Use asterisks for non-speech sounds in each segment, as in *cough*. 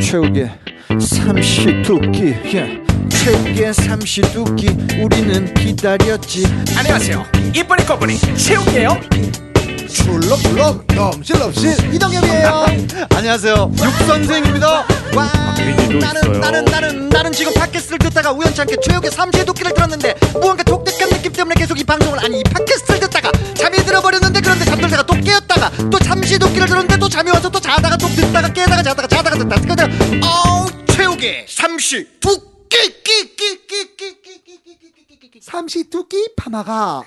최후의 삼시두끼 예. 최후의 삼시두끼 우리는 기다렸지 안녕하세요. 이쁜이 꺼분이 최욱이에요. 출렁출렁 넘실넘실 이동엽이에요 안녕하세요 육선생입니다 와 민희도 나는 있어요. 나는 나는 나는 지금 팟캐스트를 듣다가 우연찮게 최욱의 삼시두끼를 들었는데 무언가 독특한 느낌 때문에 계속 이 방송을 아니 이 팟캐스트를 듣다가 잠이 들어버렸는데 그런데 잠들다가 또 깨었다가 또 삼시두끼를 들었는데 또 잠이 와서 또 자다가 또 듣다가 깨다가 자다가 자다가 듣다가 그냥 어우 최욱의 삼시두끼 끼끼끼끼끼끼끼끼끼끼끼끼끼 삼시두끼 파마가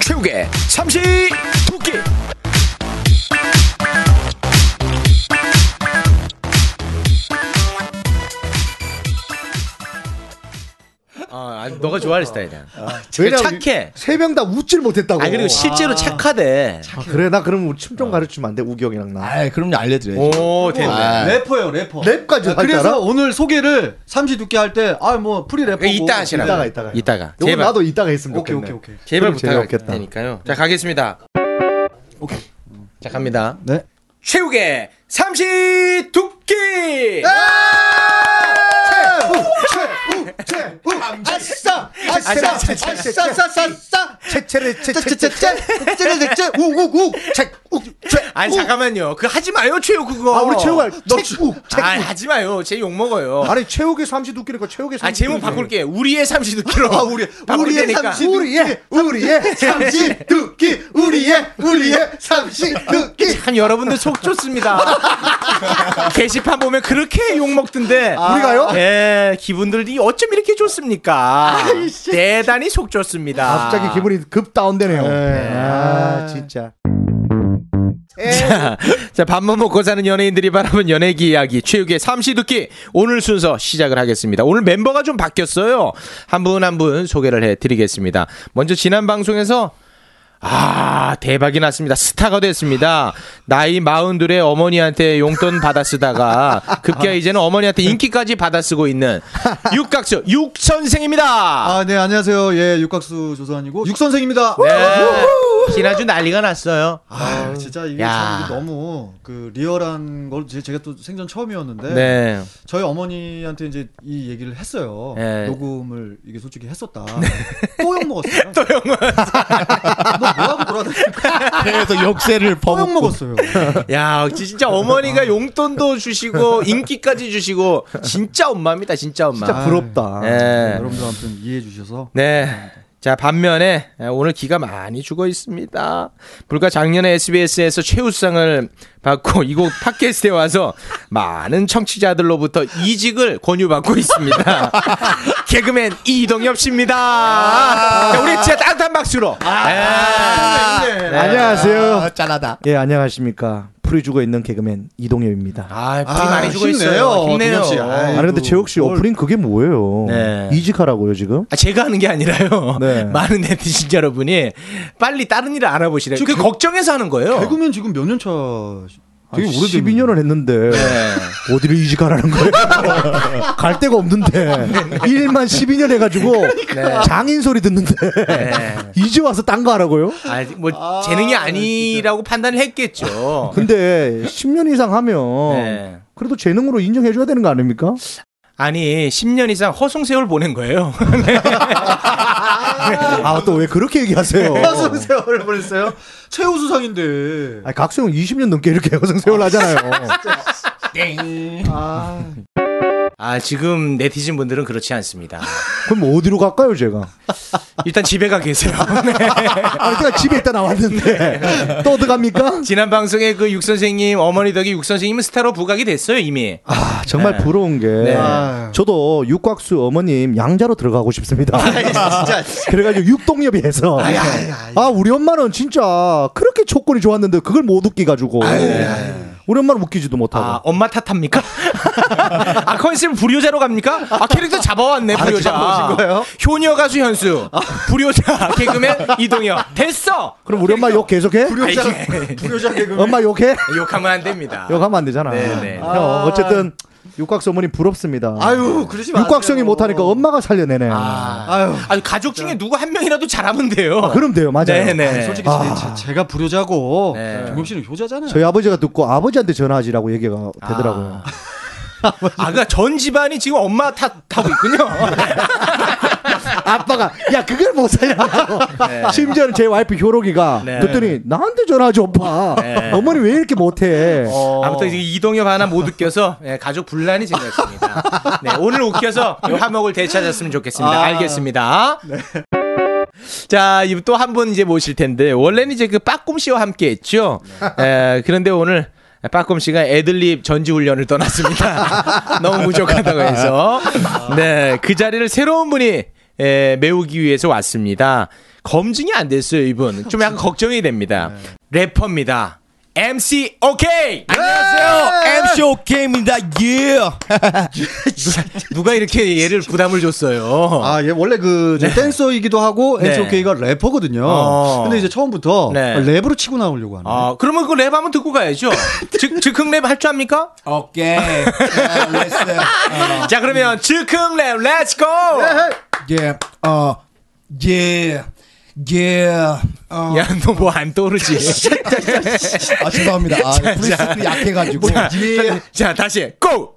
최욱의 삼시 두끼. 아, 너가 좋아할 스타일이야. 착해. 세명 다 웃질 못했다고. 아 그리고 실제로 착하대. 아, 그래 나 그럼 춤 좀 가르치면 안 돼 우경이랑 나. 아, 그럼요 알려드려야죠. 오 아. 됐네. 래퍼예요 래퍼 랩까지 할 줄 알아? 그래서 오늘 소개를 삼시 두께 할 때 아 뭐 프리 래퍼고 이따 하시라고. 이따가, 이따가. 이따가. 요건 제발. 나도 이따가 했으면 오케이 좋겠네. 오케이 오케이 제발 그럼 부탁할 재미없겠다. 테니까요. 자 가겠습니다. 오케이. 자 갑니다. 네 최욱의 삼시 두끼. 아! 아싸 아싸 아싸 아싸 아싸 채채를 채채채채 채채채채 우우우 아니 채우채아 잠깐만요. 그 하지 마요 최욱 그거. 아, 우리 채우가 채우 아 하지 마요. 제 욕 먹어요. 아니 채우기 삼시 두끼니까 채우기 아 제목 바꿀게요. 우리의 삼시 두끼로. 아 우리 우리의 바꿀게니까. 삼시 우리의 우리의 삼시 두끼 우리의 우리의 삼시 두끼 참 여러분들 속 좋습니다. *laughs* 게시판 보면 그렇게 욕 먹던데. 아. 우리가요? 예, 기분들이 어쩜 이렇게 좋습니까? 대단히 속 좋습니다. 갑자기 기분이 급 다운되네요. 아 진짜. 자, *laughs* 자, 밥만 먹고 사는 연예인들이 바라본 연예기 이야기, 최욱의 삼시두끼, 오늘 순서 시작을 하겠습니다. 오늘 멤버가 좀 바뀌었어요. 한 분 한 분 소개를 해드리겠습니다. 먼저 지난 방송에서 아, 대박이 났습니다. 스타가 됐습니다. 나이 마흔둘에 어머니한테 용돈 받아 쓰다가 급기야 이제는 어머니한테 인기까지 받아 쓰고 있는 육각수 육선생입니다. 아네 안녕하세요 예 육각수 조선이고 육 선생입니다 네. 지난주 난리가 났어요. 아 진짜 이게 야. 참 이게 너무 그 리얼한 걸 제- 제가 또 생전 처음이었는데 네. 저희 어머니한테 이제 이 얘기를 했어요 네. 녹음을 이게 솔직히 했었다 또 욕 먹었어요 네. *laughs* 또 욕 먹었어 너 뭐하고 돌아다니까 *laughs* 그래서 또욕 욕세를 퍼먹고 먹었어요 *laughs* 야, 진짜 어머니가 용돈도 주시고 인기까지 주시고 진짜 엄마입니다, 진짜 엄마. 진짜 부럽다. 네. 여러분들 아무튼 이해해 주셔서 네. 자, 반면에 예, 오늘 기가 많이 죽어 있습니다. 불과 작년에 SBS에서 최우수상을 받고 이곳 팟캐스트에 와서 많은 청취자들로부터 이직을 권유받고 있습니다. *laughs* 개그맨 이동엽 씨입니다. 아. 자, 우리 진짜 따뜻한 박수로. 예. 네. 네. 안녕하세요. 아, 짠하다. 예 안녕하십니까. 풀이 죽어 있는 개그맨 이동엽입니다. 아, 불이 많이 죽어 힘내요, 있어요. 힘내요. 동엽 씨. 아이. 예. 아 근데 재욱 씨 오프닝 그게 뭐예요? 네. 이직하라고요 지금? 아, 제가 하는 게 아니라요. 네. *laughs* 많은 네티즌 여러분이 빨리 다른 일을 알아보시래요. 그 지금 개- 걱정해서 하는 거예요. 개그맨 지금 몇 년 차? 되게 아, 오래된 12년을 했는데 네. 어디를 이직하라는 거예요? *laughs* 갈 데가 없는데 일만 12년 해가지고 그러니까. 네. 장인 소리 듣는데 이제 와서 딴 거 하라고요? 네. 아, 뭐 재능이 아니라고 판단을 했겠죠. 근데 10년 이상 하면 네. 그래도 재능으로 인정해줘야 되는 거 아닙니까? 아니 10년 이상 허송 세월 보낸 거예요. *laughs* 아 또 왜 그렇게 *laughs* 얘기하세요? 허송 세월을 보냈어요. 최우수상인데. 아 각수형 20년 넘게 이렇게 여성 세월 하잖아요. 아 지금 네티즌 분들은 그렇지 않습니다. 그럼 어디로 갈까요 제가? 일단 집에 가 계세요. *laughs* 아 제가 집에 있다 *laughs* 나왔는데 또 어디 갑니까? 지난 방송에 그 육 선생님 어머니 덕에 육 선생님은 스타로 부각이 됐어요 이미. 아 정말 네. 부러운 게 네. 아유. 저도 육곽수 어머님 양자로 들어가고 싶습니다. *laughs* 그래가지고 육동엽이 해서 아 우리 엄마는 진짜 그렇게 조건이 좋았는데 그걸 못 웃기가지고 우리 엄마는 웃기지도 못하고 아 엄마 *laughs* 탓합니까? 아 컨셉 불효자로 갑니까? 아 캐릭터 잡아왔네 불효자. 잡아오신 거예요? 효녀 가수 현수, 불효자 개그맨 이동엽 됐어. 아. 그럼 우리 엄마 욕 계속해? 불효자 불효자 개그. 엄마 욕해? 욕하면 안 됩니다. 욕하면 안 아. 되잖아. 네, 네. 형 어쨌든 육각수 어머님 부럽습니다. 아유 그러지 마세요. 육각성이 못하니까 엄마가 살려내네. 아, 아유 아니 가족 중에 누구 한 명이라도 잘하면 돼요. 그럼 돼요, 맞아요. 네네. 아니, 솔직히 제- 제가 불효자고 네. 종금 씨는 효자잖아요. 저희 아버지가 듣고 아버지한테 전화하시라고 얘기가 되더라고요. 아, 그러니까 전 집안이 지금 엄마 탓하고 있군요. 아, 빠가야 그걸 못 살려. *laughs* 심지어는 제 와이프 효록이가 네. 듣더니 나한테 전화 좀 봐. 어머니 왜 이렇게 못해? 아무튼 지금 이동엽 하나 못 웃겨서 예, 가족 분란이 생겼습니다. 네, 오늘 웃겨서 이 화목을 되찾았으면 좋겠습니다. 아. 알겠습니다. 자, 또 한 분 이제 모실 텐데 원래는 이제 그 빠꼼 씨와 함께 했죠. 에, 그런데 오늘 빠꼼 씨가 애들립 전지 훈련을 떠났습니다. *laughs* 너무 부족하다고 해서 네, 그 자리를 새로운 분이 에, 메우기 위해서 왔습니다. 검증이 안 됐어요, 이분. 좀 약간 걱정이 됩니다. 래퍼입니다. MC OK. 안녕하세요. MC 오케이입니다. 예. *laughs* 누가 이렇게 얘를 부담을 줬어요? 아, 예, 원래 그 이제 댄서이기도 하고 네. NCOK가 래퍼거든요. 어. 근데 이제 처음부터 네. 랩으로 치고 나오려고 하는. 아, 그러면 그 랩 한번 듣고 가야죠. 즉, 즉흥 랩 할 줄 압니까? 오케이. 아, 렛츠. 어, 자, 그러면 즉흥 랩, 렛츠 고! 예. 어. 예. 예. 어. 야, 너 뭐 안 떠오르지? 아 죄송합니다. 아, 프리스틸이 약해가지고. 예. 자, 다시, 고!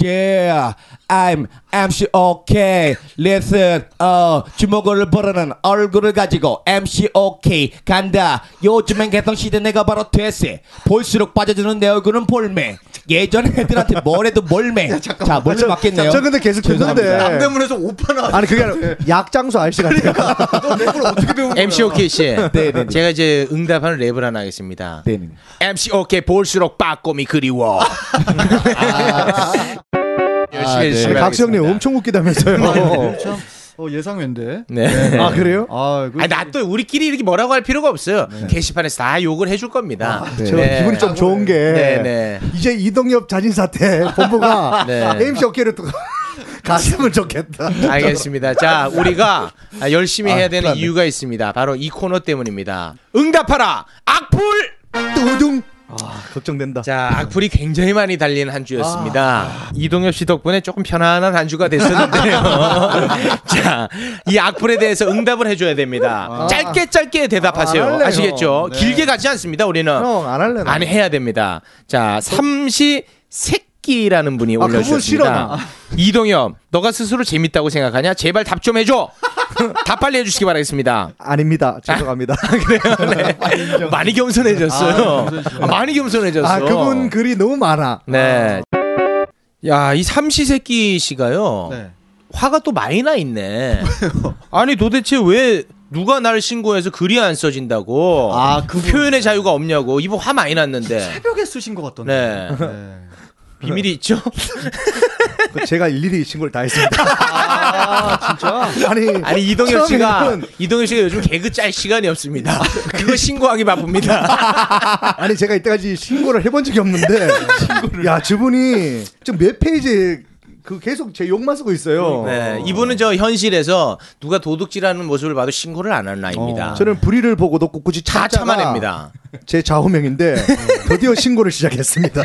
Yeah, 예, I'm MC OK. Listen, 어, 주먹을 벌어는 얼굴을 가지고 MC OK 간다. 요즘엔 개성시대 내가 바로 퇴세. 볼수록 빠져드는 내 얼굴은 볼매. 예전 애들한테 뭘 해도 몰매. 자, 몰매 맞겠네요. 저 근데 계속 죄송합니다. 듣는데 남대문에서 오빠 나 네. 그러니까. 아니 그게 아니라 약장수 아저씨 같아요. 랩을 어떻게 배운 거야? MC OK 씨. 네네네. 제가 이제 응답하는 랩을 하나 하겠습니다. 네. MC OK 볼수록 빠꼼이 그리워. *laughs* 열심히 아, 네. 해주시면. 각수 형님 하겠습니다. 엄청 웃기다면서요. 참, 어, 예상외인데. 네. 아 그래요? 아, 그, 아니, 나또 우리끼리 이렇게 뭐라고 할 필요가 없어요. 게시판에서 다 욕을 해줄 겁니다. 네. 제가 기분이 좀 좋은 게 네네. 이제 이동엽 자진 사태 *laughs* 본부가 네. MC 어깨를 또 *laughs* 갔으면 좋겠다. 알겠습니다. 자, 우리가 아, 열심히 해야 되는 이유가 있습니다. 바로 이 코너 때문입니다. 응답하라! 악플! 두둥. 아 걱정된다. 자, 악플이 굉장히 많이 달린 한 주였습니다. 이동엽 씨 덕분에 조금 편안한 한 주가 됐었는데요. 자, 이 악플에 대해서 응답을 해줘야 됩니다. 짧게 짧게 아, 안 대답하세요. 할래요. 아, 시겠죠 길게 가지 않습니다, 우리는. 아, 형안 할래. 나. 안 해야 됩니다. 자, 삼시 새끼라는 분이 그분 올려주셨습니다. 싫어. 이동엽, 너가 스스로 재밌다고 생각하냐? 제발 답 좀 해줘. *laughs* 답 빨리 해주시기 바라겠습니다. 아닙니다. 죄송합니다. 네. 많이 겸손해졌어요. 아, 많이 겸손해졌어. 아 그분 글이 너무 많아. 네. 야, 이 삼시 새끼 씨가요. 네. 화가 또 많이 나 있네. 아니 도대체 왜 누가 날 신고해서 글이 안 써진다고? 아, 그분. 표현의 자유가 없냐고. 이분 화 많이 났는데. 새벽에 쓰신 것 같던데. 네. 비밀이 있죠? 그 제가 일일이 신고를 다 했습니다. 진짜. *laughs* 아니, *laughs* 아, 아니 이동엽 씨가 처음에는- 이동엽 씨가 요즘 개그 짤 시간이 없습니다. *laughs* 그거 신고하기 바쁩니다. *laughs* 아니 제가 이때까지 신고를 해본 *laughs* 적이 없는데 야 저분이 지금 몇 페이지 그 계속 제 욕만 쓰고 있어요. 네, 이분은 저 현실에서 누가 도둑질하는 모습을 봐도 신고를 안 하는 아입니다. 어. 저는 불의를 보고도 꿋꿋이 다 참다가 참아냅니다. 제 좌우명인데 네. 드디어 신고를 시작했습니다.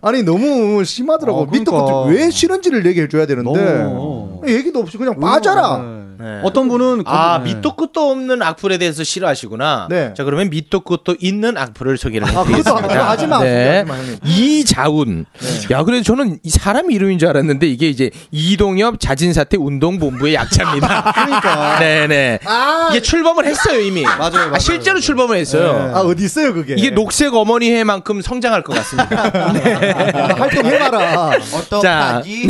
아니 너무 심하더라고. 어, 아, 밑도 그러니까. 끝도 왜 싫은지를 얘기해 줘야 되는데 너무. 얘기도 없이 그냥 빠져라. 음. 네. 어떤 분은 아 그- 네. 밑도 끝도 없는 악플에 대해서 싫어하시구나. 네. 자 그러면 밑도 끝도 있는 악플을 소개를 아, 그것도 해드리겠습니다. 하- 하지 마. 네. 하지 마, 형님. 네. 이자운. 야 그래서 저는 이 사람 이름인 줄 알았는데 이게 이제 이동엽 자진사태 운동본부의 *laughs* 약자입니다. 그러니까. 네네. 아, 이게 출범을 했어요 이미. 맞아요, 맞아요. 아, 실제로 출범을 했어요. 아 어디 있어요 그게? 이게 녹색 어머니 해만큼 성장할 것 같습니다. 아, 활동해봐라. 어떡하지?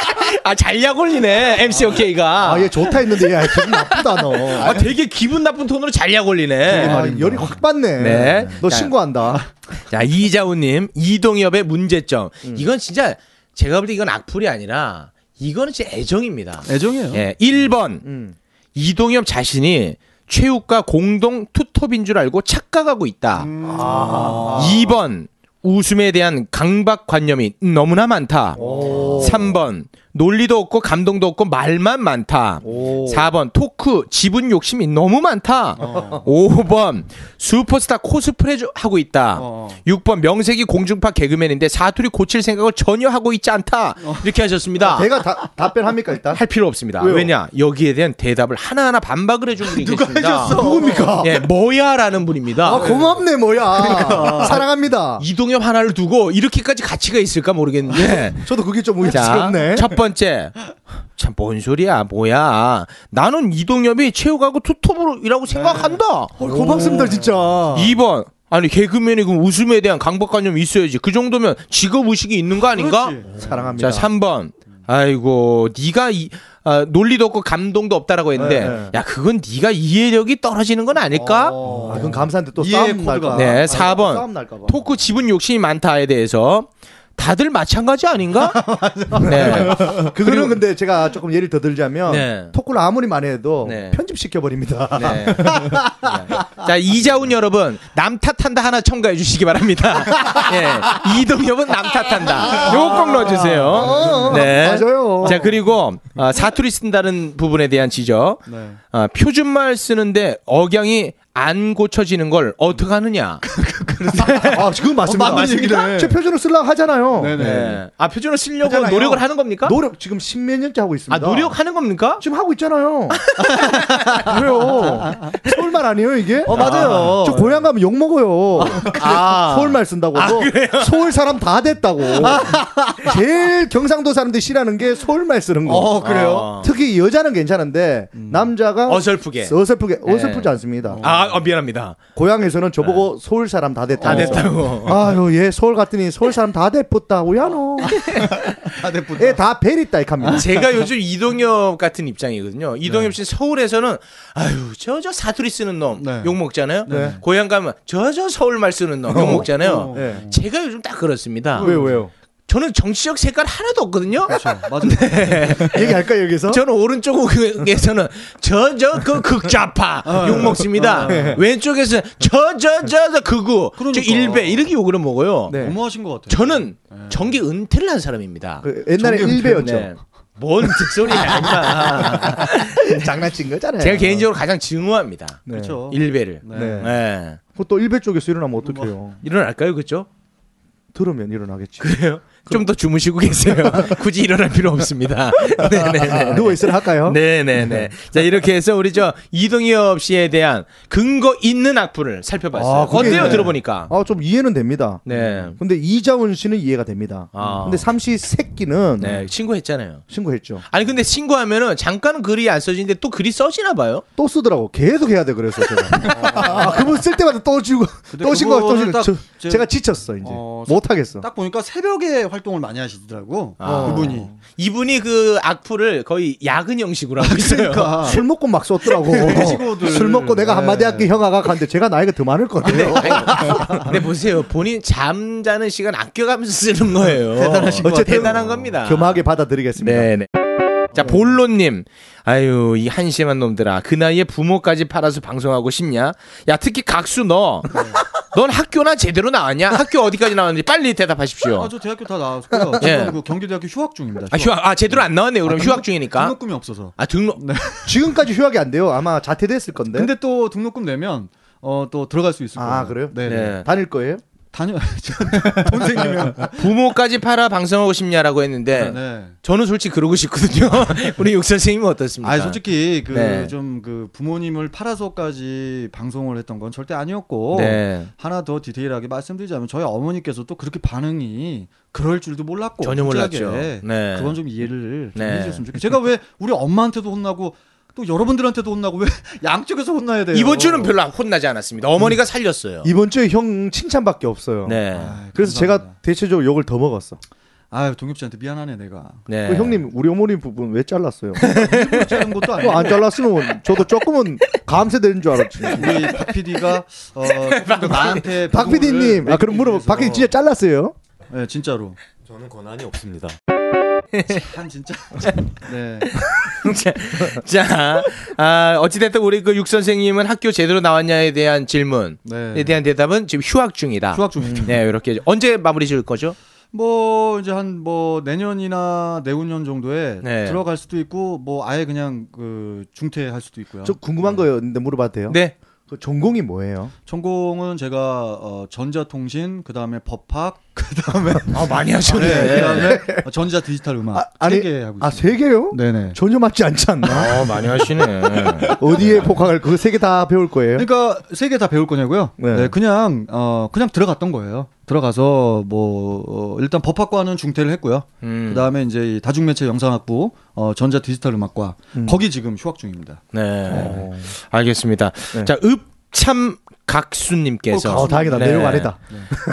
*laughs* 아잘 약 올리네 MC OK가. 아 얘 좋다 했는데 야 기분 나쁘다 너. 아 되게 기분 나쁜 톤으로 잘 약 아, 올리네. 열이 확 받네. 네. 너 자. 신고한다. 자 이자우님 이동엽의 문제점. 이건 진짜 제가 볼 때 이건 악플이 아니라 이거는 진짜 애정입니다. 애정이에요. 음. 예, 1번 이동엽 자신이 최욱과 공동 투톱인 줄 알고 착각하고 있다. 음. 2번 웃음에 대한 강박관념이 너무나 많다. 3번 논리도 없고 감동도 없고 말만 많다. 4번 토크 지분 욕심이 너무 많다. 어. 5번 슈퍼스타 코스프레 주- 하고 있다. 어. 6번 명색이 공중파 개그맨인데 사투리 고칠 생각을 전혀 하고 있지 않다. 어. 이렇게 아, 하셨습니다. 제가 다, 답변합니까 일단? 할 필요 없습니다. 왜요? 왜냐 여기에 대한 대답을 하나하나 반박을 해준 분이 계십니다. 아, 누굽니까? 예, 뭐야라는 분입니다. 아 고맙네 뭐야. 그러니까. 사랑합니다. 이동엽 하나를 두고 이렇게까지 가치가 있을까 모르겠는데. 저도 그게 좀 자, 의심스럽네. 첫 번째. 참 뭔 소리야, 뭐야. 나는 이동엽이 체육하고 투톱으로이라고 생각한다. 네. 고맙습니다 진짜. 2번. 아니 개그맨이 그럼 웃음에 대한 강박관념이 있어야지. 그 정도면 직업 의식이 있는 거 아닌가? 사랑합니다. 자, 3번. 아이고, 네가 이, 아, 논리도 없고 감동도 없다라고 했는데, 네, 네. 야, 그건 네가 이해력이 떨어지는 건 아닐까? 아, 그건 감사한데 또 이해 싸움 코드가. 날까. 네, 아, 4번. 싸움 날까봐. 토크 지분 욕심이 많다에 대해서 다들 마찬가지 *laughs* 아닌가? 네. 그거는 근데 제가 조금 예를 더 들자면 네. 토크를 아무리 많이 해도 네. 편집 시켜 버립니다. 네. 네. 자 이자훈 여러분 남 탓한다 하나 첨가해 주시기 바랍니다. *laughs* 예, 이동엽은 남 탓한다. 요거 꼭 넣어주세요. 네. 아, 맞아요. 자 그리고 아, 사투리 쓴다는 부분에 대한 지적. 네. 아, 표준말 쓰는데 억양이 안 고쳐지는 걸 어떻게 하느냐. 아, 그건 맞습니다. 어, 맞는 얘기네. 제 표준을 쓰려고 하잖아요. 네네. 네. 아 표준을 쓰려고 하잖아요. 노력을 하는 겁니까? 노력 지금 십몇 년째 하고 있습니다. 아 노력하는 겁니까? 지금 하고 있잖아요. *laughs* 왜요? 서울말 아니에요 이게? 어 맞아요. 저 고향 가면 욕 먹어요. 서울말 쓴다고. 서울 사람 다 됐다고. 제일 경상도 사람들이 싫어하는 게 서울말 쓰는 거. 어 그래요. 아. 특히 여자는 괜찮은데 남자가 어설프게. 어설프게 네. 어설프지 않습니다. 아 어, 미안합니다. 고향에서는 저보고 서울 사람 다 됐다. 다 됐다고. 아유 얘 서울 갔더니 서울 사람 다 됐다. 오야노. 다 대뿐. 얘다 베리다 이합니다 제가 요즘 이동엽 같은 입장이거든요. 이동엽 네. 씨는 서울에서는 아유 저 저 사투리 쓰는 놈 네. 욕 먹잖아요. 네. 어. 고향 가면 저 저 서울말 쓰는 놈 욕 먹잖아요. 네. 제가 요즘 딱 그렇습니다. 왜요 그렇죠. 왜요? 저는 정치적 색깔 하나도 없거든요. 맞아요. 얘기할까 *laughs* 여기서? 저는 오른쪽에서는 저 저 그 극좌파 어. 욕 먹습니다. 네. 왼쪽에서 저 저 저저 극우 저 그러니까. 일배 이렇게 욕을 먹어요. 네. 너무하신 것 같아요. 저는 정계 은퇴를 한 사람입니다. 그 옛날에 네. 일베였죠. 뭔 *laughs* 뒷소리야, 임마. 그 장난친 거잖아요. 제가 개인적으로 가장 증오합니다. 네. 그렇죠. 일배를. 네. 네. 예. 그거 또 일베 쪽에서 일어나면 어떡해요? 일어날까요, 그죠? 들으면 일어나겠지. *laughs* 그래요? 좀 더 주무시고 계세요. *laughs* 굳이 일어날 필요 없습니다. *laughs* 네네네. 아, 누워 있으라 할까요? 네네네. 자, 이렇게 해서 우리 저 이동엽 씨에 대한 근거 있는 악플을 살펴봤어요. 아, 그게- 어때요, 네. 들어보니까? 아, 좀 이해는 됩니다. 네. 근데 이자훈 씨는 이해가 됩니다. 아. 근데 삼시 새끼는 네, 신고했잖아요. 신고했죠. 아니, 근데 신고하면은 잠깐은 글이 안 써지는데 또 글이 써지나 봐요. 또 쓰더라고. 계속 해야 돼 그래서 제가. 아, 그분 쓸 때마다 또 지고 근데 또 신고 또 그거는 신고. 딱 저- 제- 제가 지쳤어 이제. 어, 못 하겠어. 딱 보니까 새벽에 활동을 많이 하시더라고. 그분이. 이분이 그 악플을 거의 야근 형식으로 하고 있어요. 그러니까 아, 술 먹고 막 썼더라고. 돼지고들. 술 먹고 내가 한마디 할게 형 아가 갔는데 제가 나이가 더 많을 거예요. 네. 어. *laughs* 근데 보세요. 본인 잠자는 시간 아껴가면서 쓰는 거예요. 대단하신 거 같아요. 대단한 겁니다. 겸하게 받아들이겠습니다. 네네. 자, 본론님. 아유, 이 한심한 놈들아. 그 나이에 부모까지 팔아서 방송하고 싶냐? 야, 특히 각수 너. 네. 넌 학교나 제대로 나왔냐? 학교 어디까지 나왔는지 빨리 대답하십시오. 아 저 대학교 다 나왔고요. 그렇죠. 예. 지금 그 경기대학교 휴학 중입니다. 아, 휴학, 아, 제대로 안 나왔네요. 그럼 휴학 중이니까. 등록금이 네. 없어서. 아, 등록. 지금까지 휴학이 안 돼요. 아마 네? 자퇴됐을 건데. 근데 또 등록금 내면 어 또 들어갈 수 있을 거예요. 아 그래요? 네. 네. 네. 다닐 거예요? 다녀 *laughs* *laughs* 돈 생기면. 부모까지 팔아 방송하고 싶냐라고 했는데. 네. 저는 솔직히 그러고 싶거든요. *laughs* 우리 육 선생님은 어떻습니까? 아 솔직히 그 좀 네. 그 부모님을 팔아서까지 방송을 했던 건 절대 아니었고 네. 하나 더 디테일하게 말씀드리자면 저희 어머니께서 또 그렇게 반응이 그럴 줄도 몰랐고 전혀 솔직하게 몰랐죠. 네. 그건 좀 이해를 좀 네. 해주셨으면 좋겠어요. 제가 왜 우리 엄마한테도 혼나고 또 여러분들한테도 혼나고 왜 *laughs* 양쪽에서 혼나야 돼요? 이번 주는 별로 안 혼나지 않았습니다. 어머니가 살렸어요. 이번 주에 형 칭찬밖에 없어요. 네. 아이, 그래서 감사합니다. 제가 대체적으로 욕을 더 먹었어. 아유 동엽씨한테 미안하네 내가 네. 그 형님 우리 어머님 부분 왜 잘랐어요? 일부러 자른 것도 아니고 그거 안 잘랐으면 저도 조금은 감세되는 줄 알았지. 우리 박 PD가 *laughs* 어, 조금 더 나한테 박 부모를 PD님, 아 맡기기 그럼 물어봐. 위해서. 박 PD 진짜 잘랐어요? 네, 진짜로 저는 권한이 없습니다. 한 진짜 네 *laughs* 자, 아, 어찌됐든 우리 그 육 선생님은 학교 제대로 나왔냐에 대한 질문에 네. 대한 대답은 지금 휴학 중이다. 음. 휴학 중이죠. 네, 이렇게 언제 마무리 지을 거죠? 뭐 이제 한 뭐 내년이나 내후년 정도에 네. 들어갈 수도 있고 뭐 아예 그냥 그 중퇴할 수도 있고요. 저 궁금한 거였는데 물어봐도 돼요? 네. 그 전공이 뭐예요? 전공은 제가 어, 전자통신 그다음에 법학 *laughs* 아 많이 하셨네. 네, 그다음에 전자 디지털 음악 아니, 세개 하고 있습니다. 아, 세 개요? 네네. 네. 전혀 맞지 않지 않나? 어 많이 하시네. 어디에 *laughs* 복학을 그거 세 개 다 배울 거예요? 그러니까 세 개 다 배울 거냐고요? 네. 네. 그냥 어 그냥 들어갔던 거예요. 들어가서 뭐 어, 일단 법학과는 중퇴를 했고요. 음. 그다음에 이제 이 다중매체 영상학부 어 전자 디지털 음악과 거기 지금 휴학 중입니다. 네. 알겠습니다. 자, 읍참 그렇죠. 각수님께서. 어, 다행이다. 네. 내용 아니다.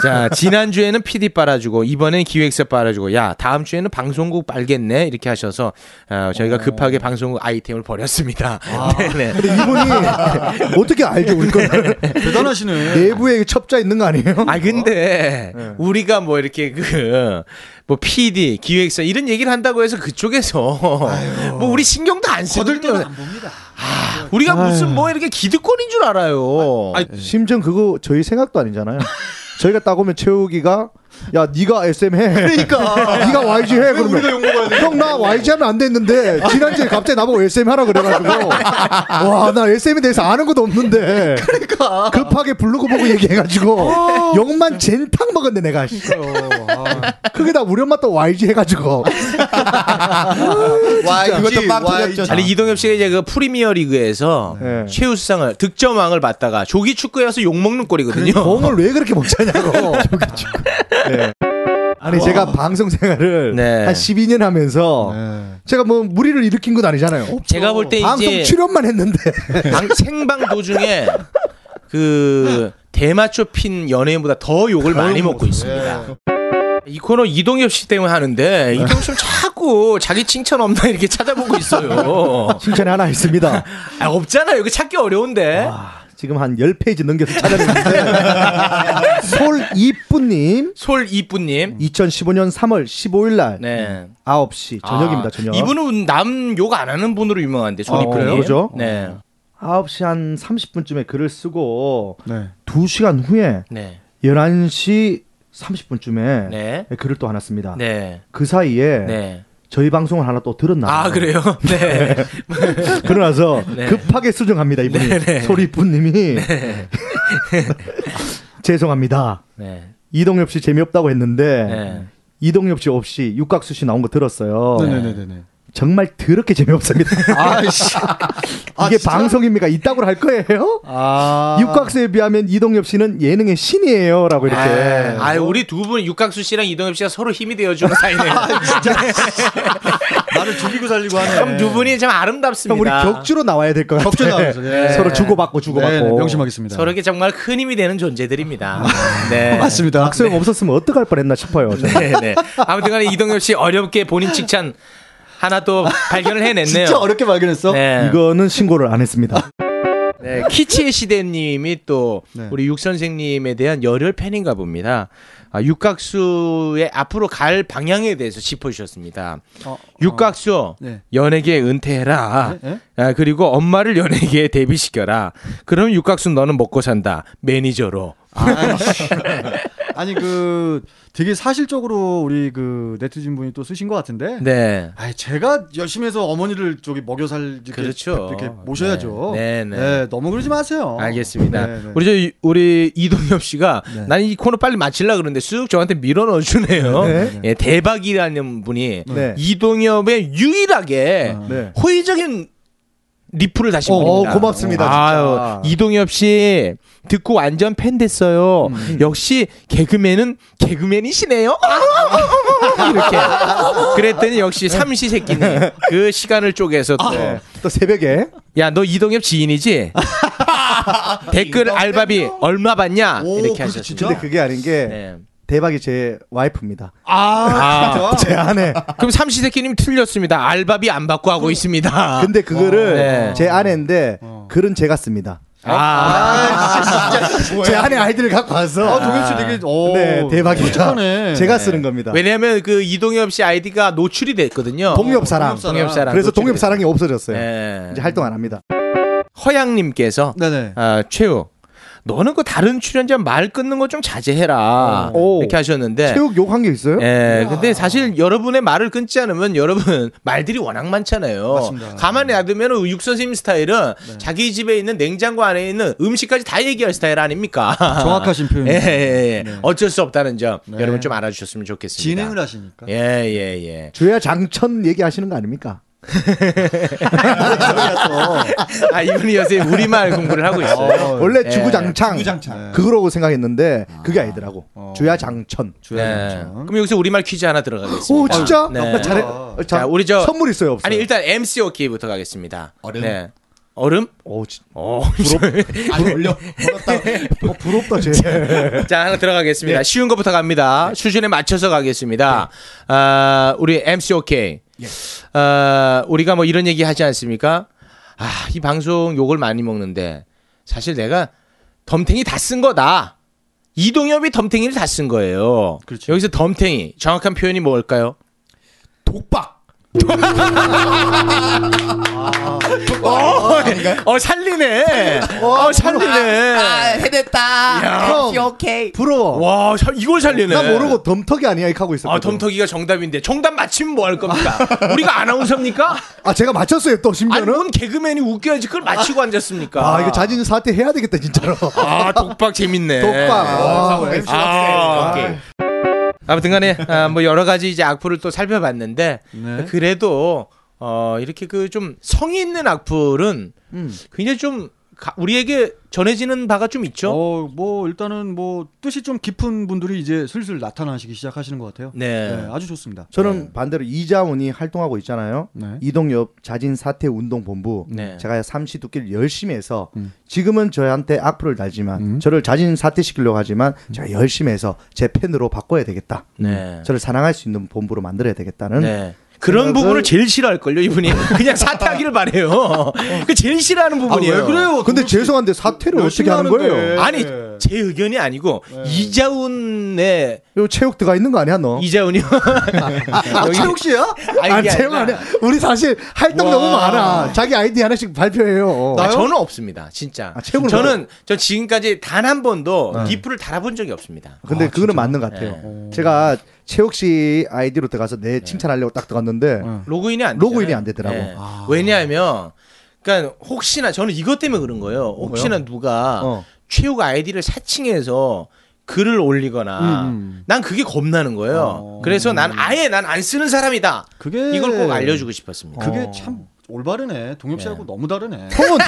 자, 지난주에는 PD 빨아주고, 이번엔 기획사 빨아주고, 야, 다음주에는 방송국 빨겠네? 이렇게 하셔서, 어, 저희가 급하게 방송국 아이템을 버렸습니다. *laughs* 네네. 근데 *laughs* 이분이 어떻게 알죠? 우리 거 대단하시네. 내부에 첩자 있는 거 아니에요? 아 근데 우리가 뭐 이렇게 그 뭐 PD 기획사 이런 얘기를 한다고 해서 그쪽에서 뭐 우리 신경도 안 쓰고 거들떠는 안 봅니다. 우리가 무슨 뭐 이렇게 기득권인 줄 알아요. 심지어 그거 저희 생각도 아니잖아요. 저희가 딱 오면 최욱이가 야 네가 SM 해. 그러니까 네가 YG 해. 그러면 형나 YG 하면 안 됐는데 지난주에 갑자기 나보고 SM 하라 그래가지고 와 나 SM에 대해서 아는 것도 없는데 그러니까 어. 급하게 부르고 보고 얘기해가지고 영만 젠탕 먹었네 내가. 씨. 그게 다 우리 엄마 또 YG 해가지고 와 이것도 빵 터졌죠. 아니 이동엽 씨가 이제 그 프리미어 리그에서 네. 최우수상을 득점왕을 받다가 조기 축구여서 욕 먹는 꼴이거든요. *laughs* 공을 왜 그렇게 못 *laughs* 차냐고. 네. 아니 제가 방송 생활을 네. 한 12년 하면서 제가 뭐 무리를 일으킨 건 아니잖아요. 제가 볼 때 방송 어, 이제 출연만 했는데 *laughs* 방- 생방 도중에 그 대마초 핀 연예인보다 더 욕을 많이 먹고 있습니다. 예. 이 코너 이동엽 씨 때문에 하는데 이동엽 씨는 자꾸 자기 칭찬 없나 이렇게 찾아보고 있어요. 칭찬이 하나 *laughs* 있습니다. 아, 없잖아요. 이거 찾기 어려운데. 아. 지금 한 10페이지 넘겨서 *laughs* 찾아냈는데 솔이쁘님 음. 솔이쁘님. 2015년 3월 15일 날 네. 9시 음. 저녁입니다. 아, 저녁. 아, 이분은 남 욕 안 하는 분으로 유명한데 그래요? 솔이쁘님. 그죠? 음. 네. 9시 한 30분쯤에 글을 쓰고 네. 2시간 후에 네. 11시 30분쯤에 네. 글을 또 하나 씁니다. 네. 그 사이에 네. 저희 방송을 하나 또 들었나 아, 봐요. 그래요? 네. *laughs* 그러나서 네. 급하게 수정합니다 이분이 소리뿐님이 *laughs* 죄송합니다 네. 이동엽 씨 재미없다고 했는데 네. 이동엽 씨 없이 육각수 씨 나온 거 들었어요 네네네네. 정말 더럽게 재미없습니다 *laughs* 아씨. *laughs* 이게 방송입니까 이따구로 할 거예요 아. 육각수에 비하면 이동엽 씨는 예능의 신이에요라고 이렇게 아, 아, 뭐? 우리 두 분 육각수 씨랑 이동엽 씨가 서로 힘이 되어주는 *laughs* 사이네요. 아, 나를 죽이고 살리고 하네. 참 두 분이 참 형 그러니까 우리 아름답습니다. 격주로 나와야 될 것 같아요 격주 나오면서, 예. 서로 주고받고 네, 주고받고 네, 명심하겠습니다. 서로에게 정말 큰 힘이 되는 존재들입니다. 아, *laughs* 네. 맞습니다. 악수형 없었으면 어떡할 뻔했나 싶어요 저는. 네, 네. 아무튼간에 이동엽 씨 어렵게 본인 칭찬 하나 또 발견을 해냈네요. *laughs* 진짜 어렵게 발견했어. 네. 이거는 신고를 안 했습니다 네, 키치의 시대님이 또 네. 우리 육 선생님에 대한 열혈 팬인가 봅니다. 아, 육각수의 앞으로 갈 방향에 대해서 짚어주셨습니다. 어, 육각수 네. 연예계 은퇴해라. 네? 아, 그리고 엄마를 연예계에 데뷔시켜라. 그럼 육각수 너는 먹고 산다. 매니저로. 아이씨. 아니 그 되게 사실적으로 우리 그 네티즌 분이 또 쓰신 것 같은데. 네. 아이 제가 열심히 해서 어머니를 저기 먹여 살 이렇게, 그렇죠. 이렇게 모셔야죠. 네, 네, 네. 너무 그러지 마세요. 알겠습니다. 네, 네. 우리 저 이- 우리 이동엽 씨가 나는 이 코너 빨리 마치려 그러는데 쑥 저한테 밀어 넣어 주네요. 네. 예, 대박이라는 음. 분이 네. 이동엽의 유일하게 네. 호의적인 리플을 다신 어, 분입니다. 고맙습니다, 진짜. 아유, 이동엽 씨 듣고 완전 팬 됐어요. 음. 역시 개그맨은 개그맨이시네요. *laughs* 이렇게 그랬더니 역시 삼시 세끼님 그 시간을 쪼개서 또 네. 또 새벽에 야, 너 이동엽 *laughs* 지인이지? 댓글 알바비 얼마 받냐? 이렇게 하셨습니다. 근데 그게 아닌 게 네. 대박이 제 와이프입니다. 아, 제 아내. 그럼 삼시세끼님 틀렸습니다. 알바비 안 받고 하고 있습니다. 그 근데 그거를 네. 제 아내인데 어. 글은 제가 씁니다. 아, 제 아내 아이디를 갖고 와서 아, 동현 씨 되게 어, 네 대박이다. 착하네. 제가 쓰는 겁니다. 왜냐하면 그 이동엽 씨 아이디가 노출이 어, 됐거든요. 그러니까. 동엽 사랑. 동엽 사랑. 그래서 노출이 동엽 네. 사랑이 없어졌어요. 됐어요. 네. 이제 활동 안 합니다. 허양님께서 네네. 아, 최우 너는 그 다른 출연자 말 끊는 거 좀 자제해라. 오. 이렇게 하셨는데. 체육 욕한 게 있어요? 예, 근데 사실 여러분의 말을 끊지 않으면 여러분 *laughs* 말들이 워낙 많잖아요. 맞습니다. 가만히 놔두면 육 선생님 스타일은 자기 집에 있는 냉장고 안에 있는 음식까지 다 얘기할 스타일 아닙니까? *laughs* 정확하신 예, 표현입니다. 예, 예. 어쩔 수 없다는 점 네. 여러분 좀 알아주셨으면 좋겠습니다. 진행을 하시니까. 예, 예, 예. 주야 장천 얘기하시는 거 아닙니까? 아 이분이 요새 우리말 공부를 하고 있어요. 원래 예. 주구장창 네. 주구장창. 그거라고 생각했는데 그게 아니더라고. 어. 주야 네. 장천. 주야장창. 그럼 여기서 우리말 퀴즈 하나 들어가겠습니다. 오 진짜? 네. 나 잘해. 어, 자, 자, 우리 저- 선물 있어요 없어요? 아니 일단 MC 오케이부터 가겠습니다. 얼음. 네. 얼음? 오, 진- 어. 안 *laughs* 올려. 어, 부럽다 쟤. 자 하나 들어가겠습니다. 쉬운 것부터 갑니다. 수준에 맞춰서 가겠습니다. 아, 우리 MC OK. 아, 우리가 뭐 이런 얘기 하지 않습니까? 아, 이 방송 욕을 많이 먹는데 사실 내가 덤탱이 다 쓴 거다. 이동엽이 덤탱이를 다 쓴 거예요. 그렇죠. 여기서 덤탱이 정확한 표현이 뭘까요? 독박. 아, 어 살리네. 어 살리네. 아, 해냈다. MC 오케이. 부러워. 와 사- 이걸 어, 살리네. 나 모르고 덤터기 아니야 이렇게 하고 있었거든. 아 덤터기가 정답인데 정답 맞히면 뭐 할 *laughs* 겁니까? 우리가 아나운서입니까? 아, 제가 맞췄어요 또 아니 뭐. 심지어는. 뭔 개그맨이 웃겨야지 그걸 맞히고 앉았습니까? 아 이거 자진 사퇴 해야 되겠다 진짜로. 아, 독박 재밌네. 독박. 아, 아, 오케이. 아무튼간에 아, 뭐 여러 가지 이제 악플을 또 살펴봤는데 네. 그래도 어 이렇게 그 좀 성의 있는 악플은 음. 굉장히 좀 가- 우리에게 전해지는 바가 좀 있죠. 어, 뭐 일단은 뭐 뜻이 좀 깊은 분들이 이제 슬슬 나타나시기 시작하시는 것 같아요. 네. 네, 아주 좋습니다. 저는 반대로 이자훈이 활동하고 있잖아요. 네. 이동엽 자진 사퇴 운동 본부. 네. 음. 제가 삼시 두끼를 열심히 해서 지금은 저한테 악플을 달지만 저를 자진 사퇴시키려고 하지만 제가 열심히 해서 제 팬으로 바꿔야 되겠다. 음. 네. 저를 사랑할 수 있는 본부로 만들어야 되겠다는 네. 그런 생각을- 부분을 제일 싫어할걸요, *laughs* 이분이. 그냥 사퇴하기를 어. 바래요. 그 제일 싫어하는 부분이에요. 아, 네. 근데 네. 죄송한데 사퇴를 어떻게 열심히 하는 하는데. 거예요? 아니, 제 의견이 아니고, 이자훈의, 요 체육 네. 들어가 있는 거 아니야 너? 이자훈이요. 아, 체육 씨야? 아니, 아니 이게 체육 아니라- 아니야. 우리 사실 활동 와. 너무 많아. 자기 아이디 하나씩 발표해요. *laughs* 아, 저는 없습니다, 진짜. 아, 체육으로 네. 저는 전 지금까지 단 한 번도 리플을 달아본 적이 없습니다. 어, 근데 그거는 맞는 것 같아요. 제가 최욱 씨 아이디로 들어가서 내 칭찬하려고 딱 들어갔는데 로그인이 안 로그인이 되잖아요. 안 되더라고. 예. 왜냐하면, 그러니까 혹시나 저는 이것 때문에 그런 거예요. 혹시나 누가 어. 최욱 아이디를 사칭해서 글을 음, 올리거나 난 그게 겁나는 거예요. 어. 그래서 난 아예 난 안 쓰는 사람이다. 그게- 이걸 꼭 알려주고 싶었습니다. 어. 그게 참 올바르네. 동엽 씨하고 너무 다르네. 형은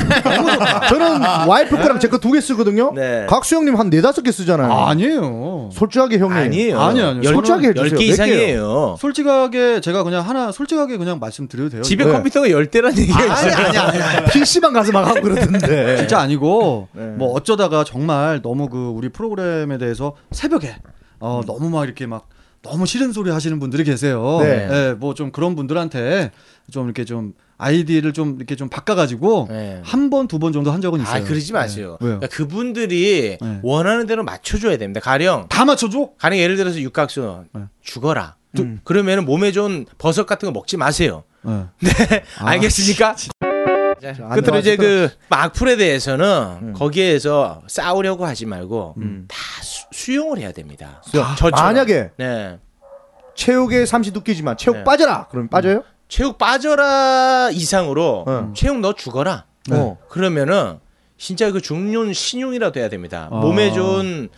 저는 와이프 거랑 제 거 두 개 쓰거든요. 네. 각수 형님 한 네다섯 개 쓰잖아요. 아니에요. 솔직하게 형님. 아니에요. 아니요, 아니요. 열- 솔직하게 해주세요. 10개 몇 개예요? 이상이에요. 솔직하게 제가 그냥 하나 솔직하게 그냥 말씀드려도 돼요. 집에 네. 컴퓨터가 10대라는 얘기가 있어요. PC방 가서 막 하고 그러던데. *laughs* 네. 진짜 아니고 뭐 어쩌다가 정말 너무 그 우리 프로그램에 대해서 새벽에 음. 어 너무 막 이렇게 막 너무 싫은 소리 하시는 분들이 계세요. 네. 뭐 좀 그런 분들한테 좀 이렇게 좀 아이디를 좀 이렇게 좀 바꿔가지고 네. 한 번 두 번 정도 한 적은 있어요. 아, 그러지 마세요. 네. 왜요? 그러니까 그분들이 네. 원하는 대로 맞춰줘야 됩니다. 가령, 다 맞춰줘. 가령 예를 들어서 육각수 네. 죽어라. 음. 그러면 몸에 좋은 버섯 같은 거 먹지 마세요. 네. 네, 알겠습니까? 자, 끝으로 이제 그 악플에 대해서는 거기에서 싸우려고 하지 말고 다 수, 수용을 해야 됩니다. 저처럼. 만약에 네 체육에 삼시 두끼지만 체육 네. 빠져라. 그러면 빠져요? 체육 빠져라 이상으로 네. 음. 체육 너 죽어라. 네. 그러면은 진짜 그 중년 신용이라도 해야 됩니다. 아. 몸에 좋은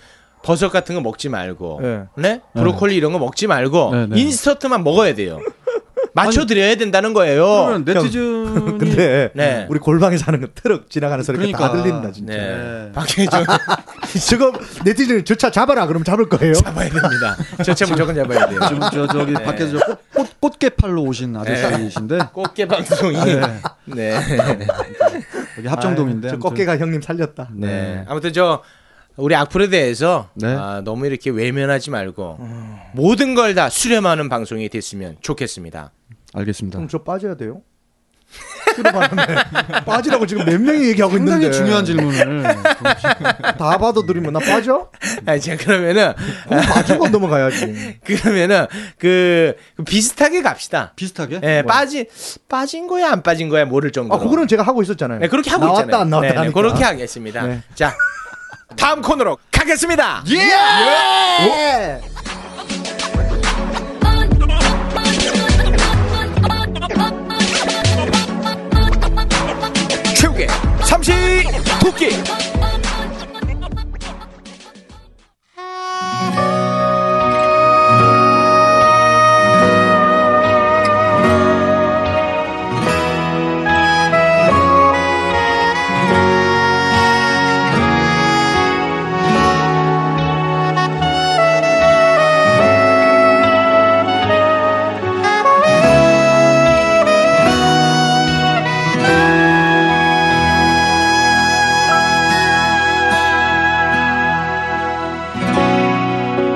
버섯 같은 거 먹지 말고, 네. 네, 브로콜리 이런 거 먹지 말고 네, 네. 인스턴트만 먹어야 돼요. *laughs* 맞춰 드려야 된다는 거예요. *laughs* 그러면 네티즌이 근데 네. 예, 우리 골방에 사는 그 트럭 지나가는 소리가 다 그러니까. 들린다 진짜. 네, 네. 박혜정 지금 네티즌 저차 잡아라. 그러면 잡을 거예요. *laughs* 잡아야 됩니다. 저차 무조건 잡아야 *laughs* 돼요. 지금 저 저기 네. 밖에서 저 꽃, 꽃, 꽃게팔로 오신 아저씨이신데 꽃게 방송이 아, 네. 네. 여기 합정동인데 저 아무튼. 꺾개가 형님 살렸다. 네. 아무튼 저 우리 악플에 대해서 네. 아, 너무 이렇게 외면하지 말고 모든 걸 다 수렴하는 방송이 됐으면 좋겠습니다. *laughs* 알겠습니다. 그럼 저 빠져야 돼요? *laughs* 싫어하는데 빠지라고 지금 몇 명이 얘기하고 상당히 있는데 중요한 질문을 다 봐도 드리면 나 빠져? 아, 이제 그러면은 *laughs* 그럼 봐주고 네. 넘어가야지. 그러면은 그, 그 비슷하게 갑시다. 비슷하게 예, 빠지 빠진 거야 안 빠진 거야 모를 정도로. 아 그거는 아, 제가 하고 있었잖아요. 네, 그렇게 하고 나왔다 있잖아요. 안 나왔다 네, 네, 하니까. 그렇게 하겠습니다. 네. 예! 자, 다음 코너로 가겠습니다. 예! 최욱의 삼시 도끼.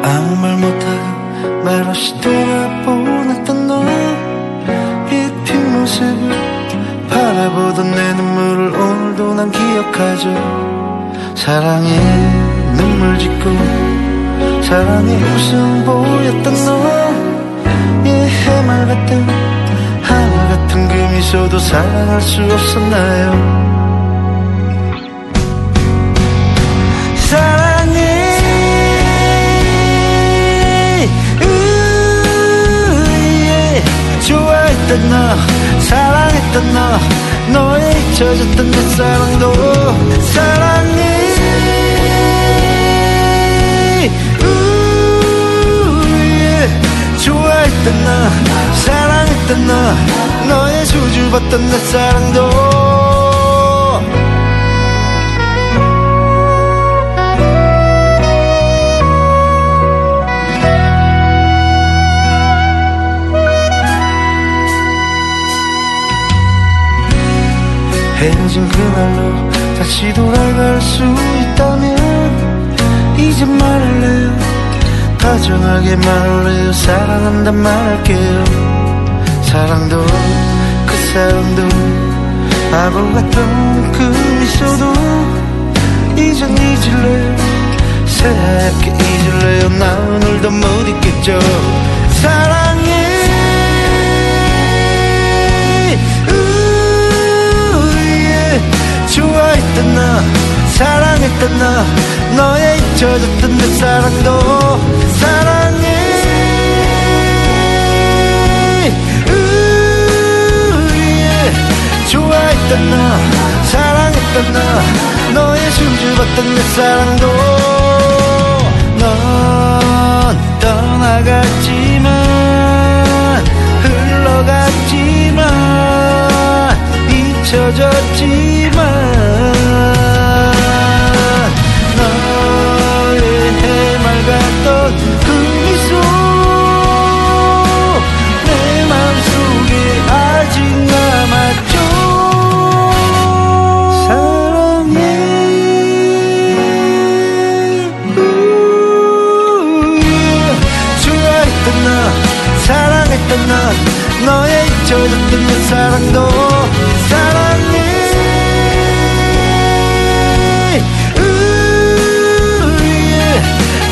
아무 말 못하고 말 없이 돌아보냈던 너의 뒷모습을 바라보던 내 눈물을 오늘도 난 기억하죠 사랑에 눈물 짓고 사랑에 웃음 보였던 너의 해말 같은 하늘 같은 그 미소도 사랑할 수 없었나요 사랑해 으예 좋아했던 너 사랑했던 너 너에 잊혀졌던 내 사랑도 사랑해 으예 좋아했던 너 사랑했던 너 너의 수줍었던 그 내 사랑도 헤어진 그날로 다시 돌아갈 수 있다면 이제 말할래요 다정하게 말할래요 사랑한다 말할게요 사랑도 그 사랑도 바보 같던 그 미소도 이젠 잊을래요 새하얗게 잊을래요 나 오늘도 못 잊겠죠 사랑해 우예 좋아했던 너 사랑했던 너 너의 잊혀졌던 내 사랑도 사랑해 우예 좋아했던 너 사랑했던 너 너의 숨죽었던 내 사랑도 넌 떠나갔지만 흘러갔지만 잊혀졌지만 너의 해맑았던 그 미소 내 맘속에 아직 남았죠 사랑해 우예. 좋아했던 너 사랑했던 너 너의 잊혀졌던 내 사랑도 사랑해 우예.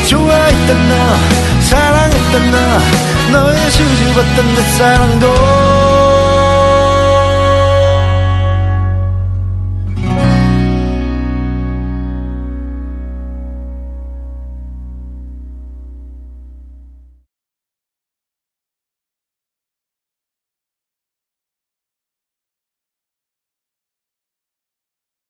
좋아했던 너 사랑했던 너 너의 수줍었던 내 사랑도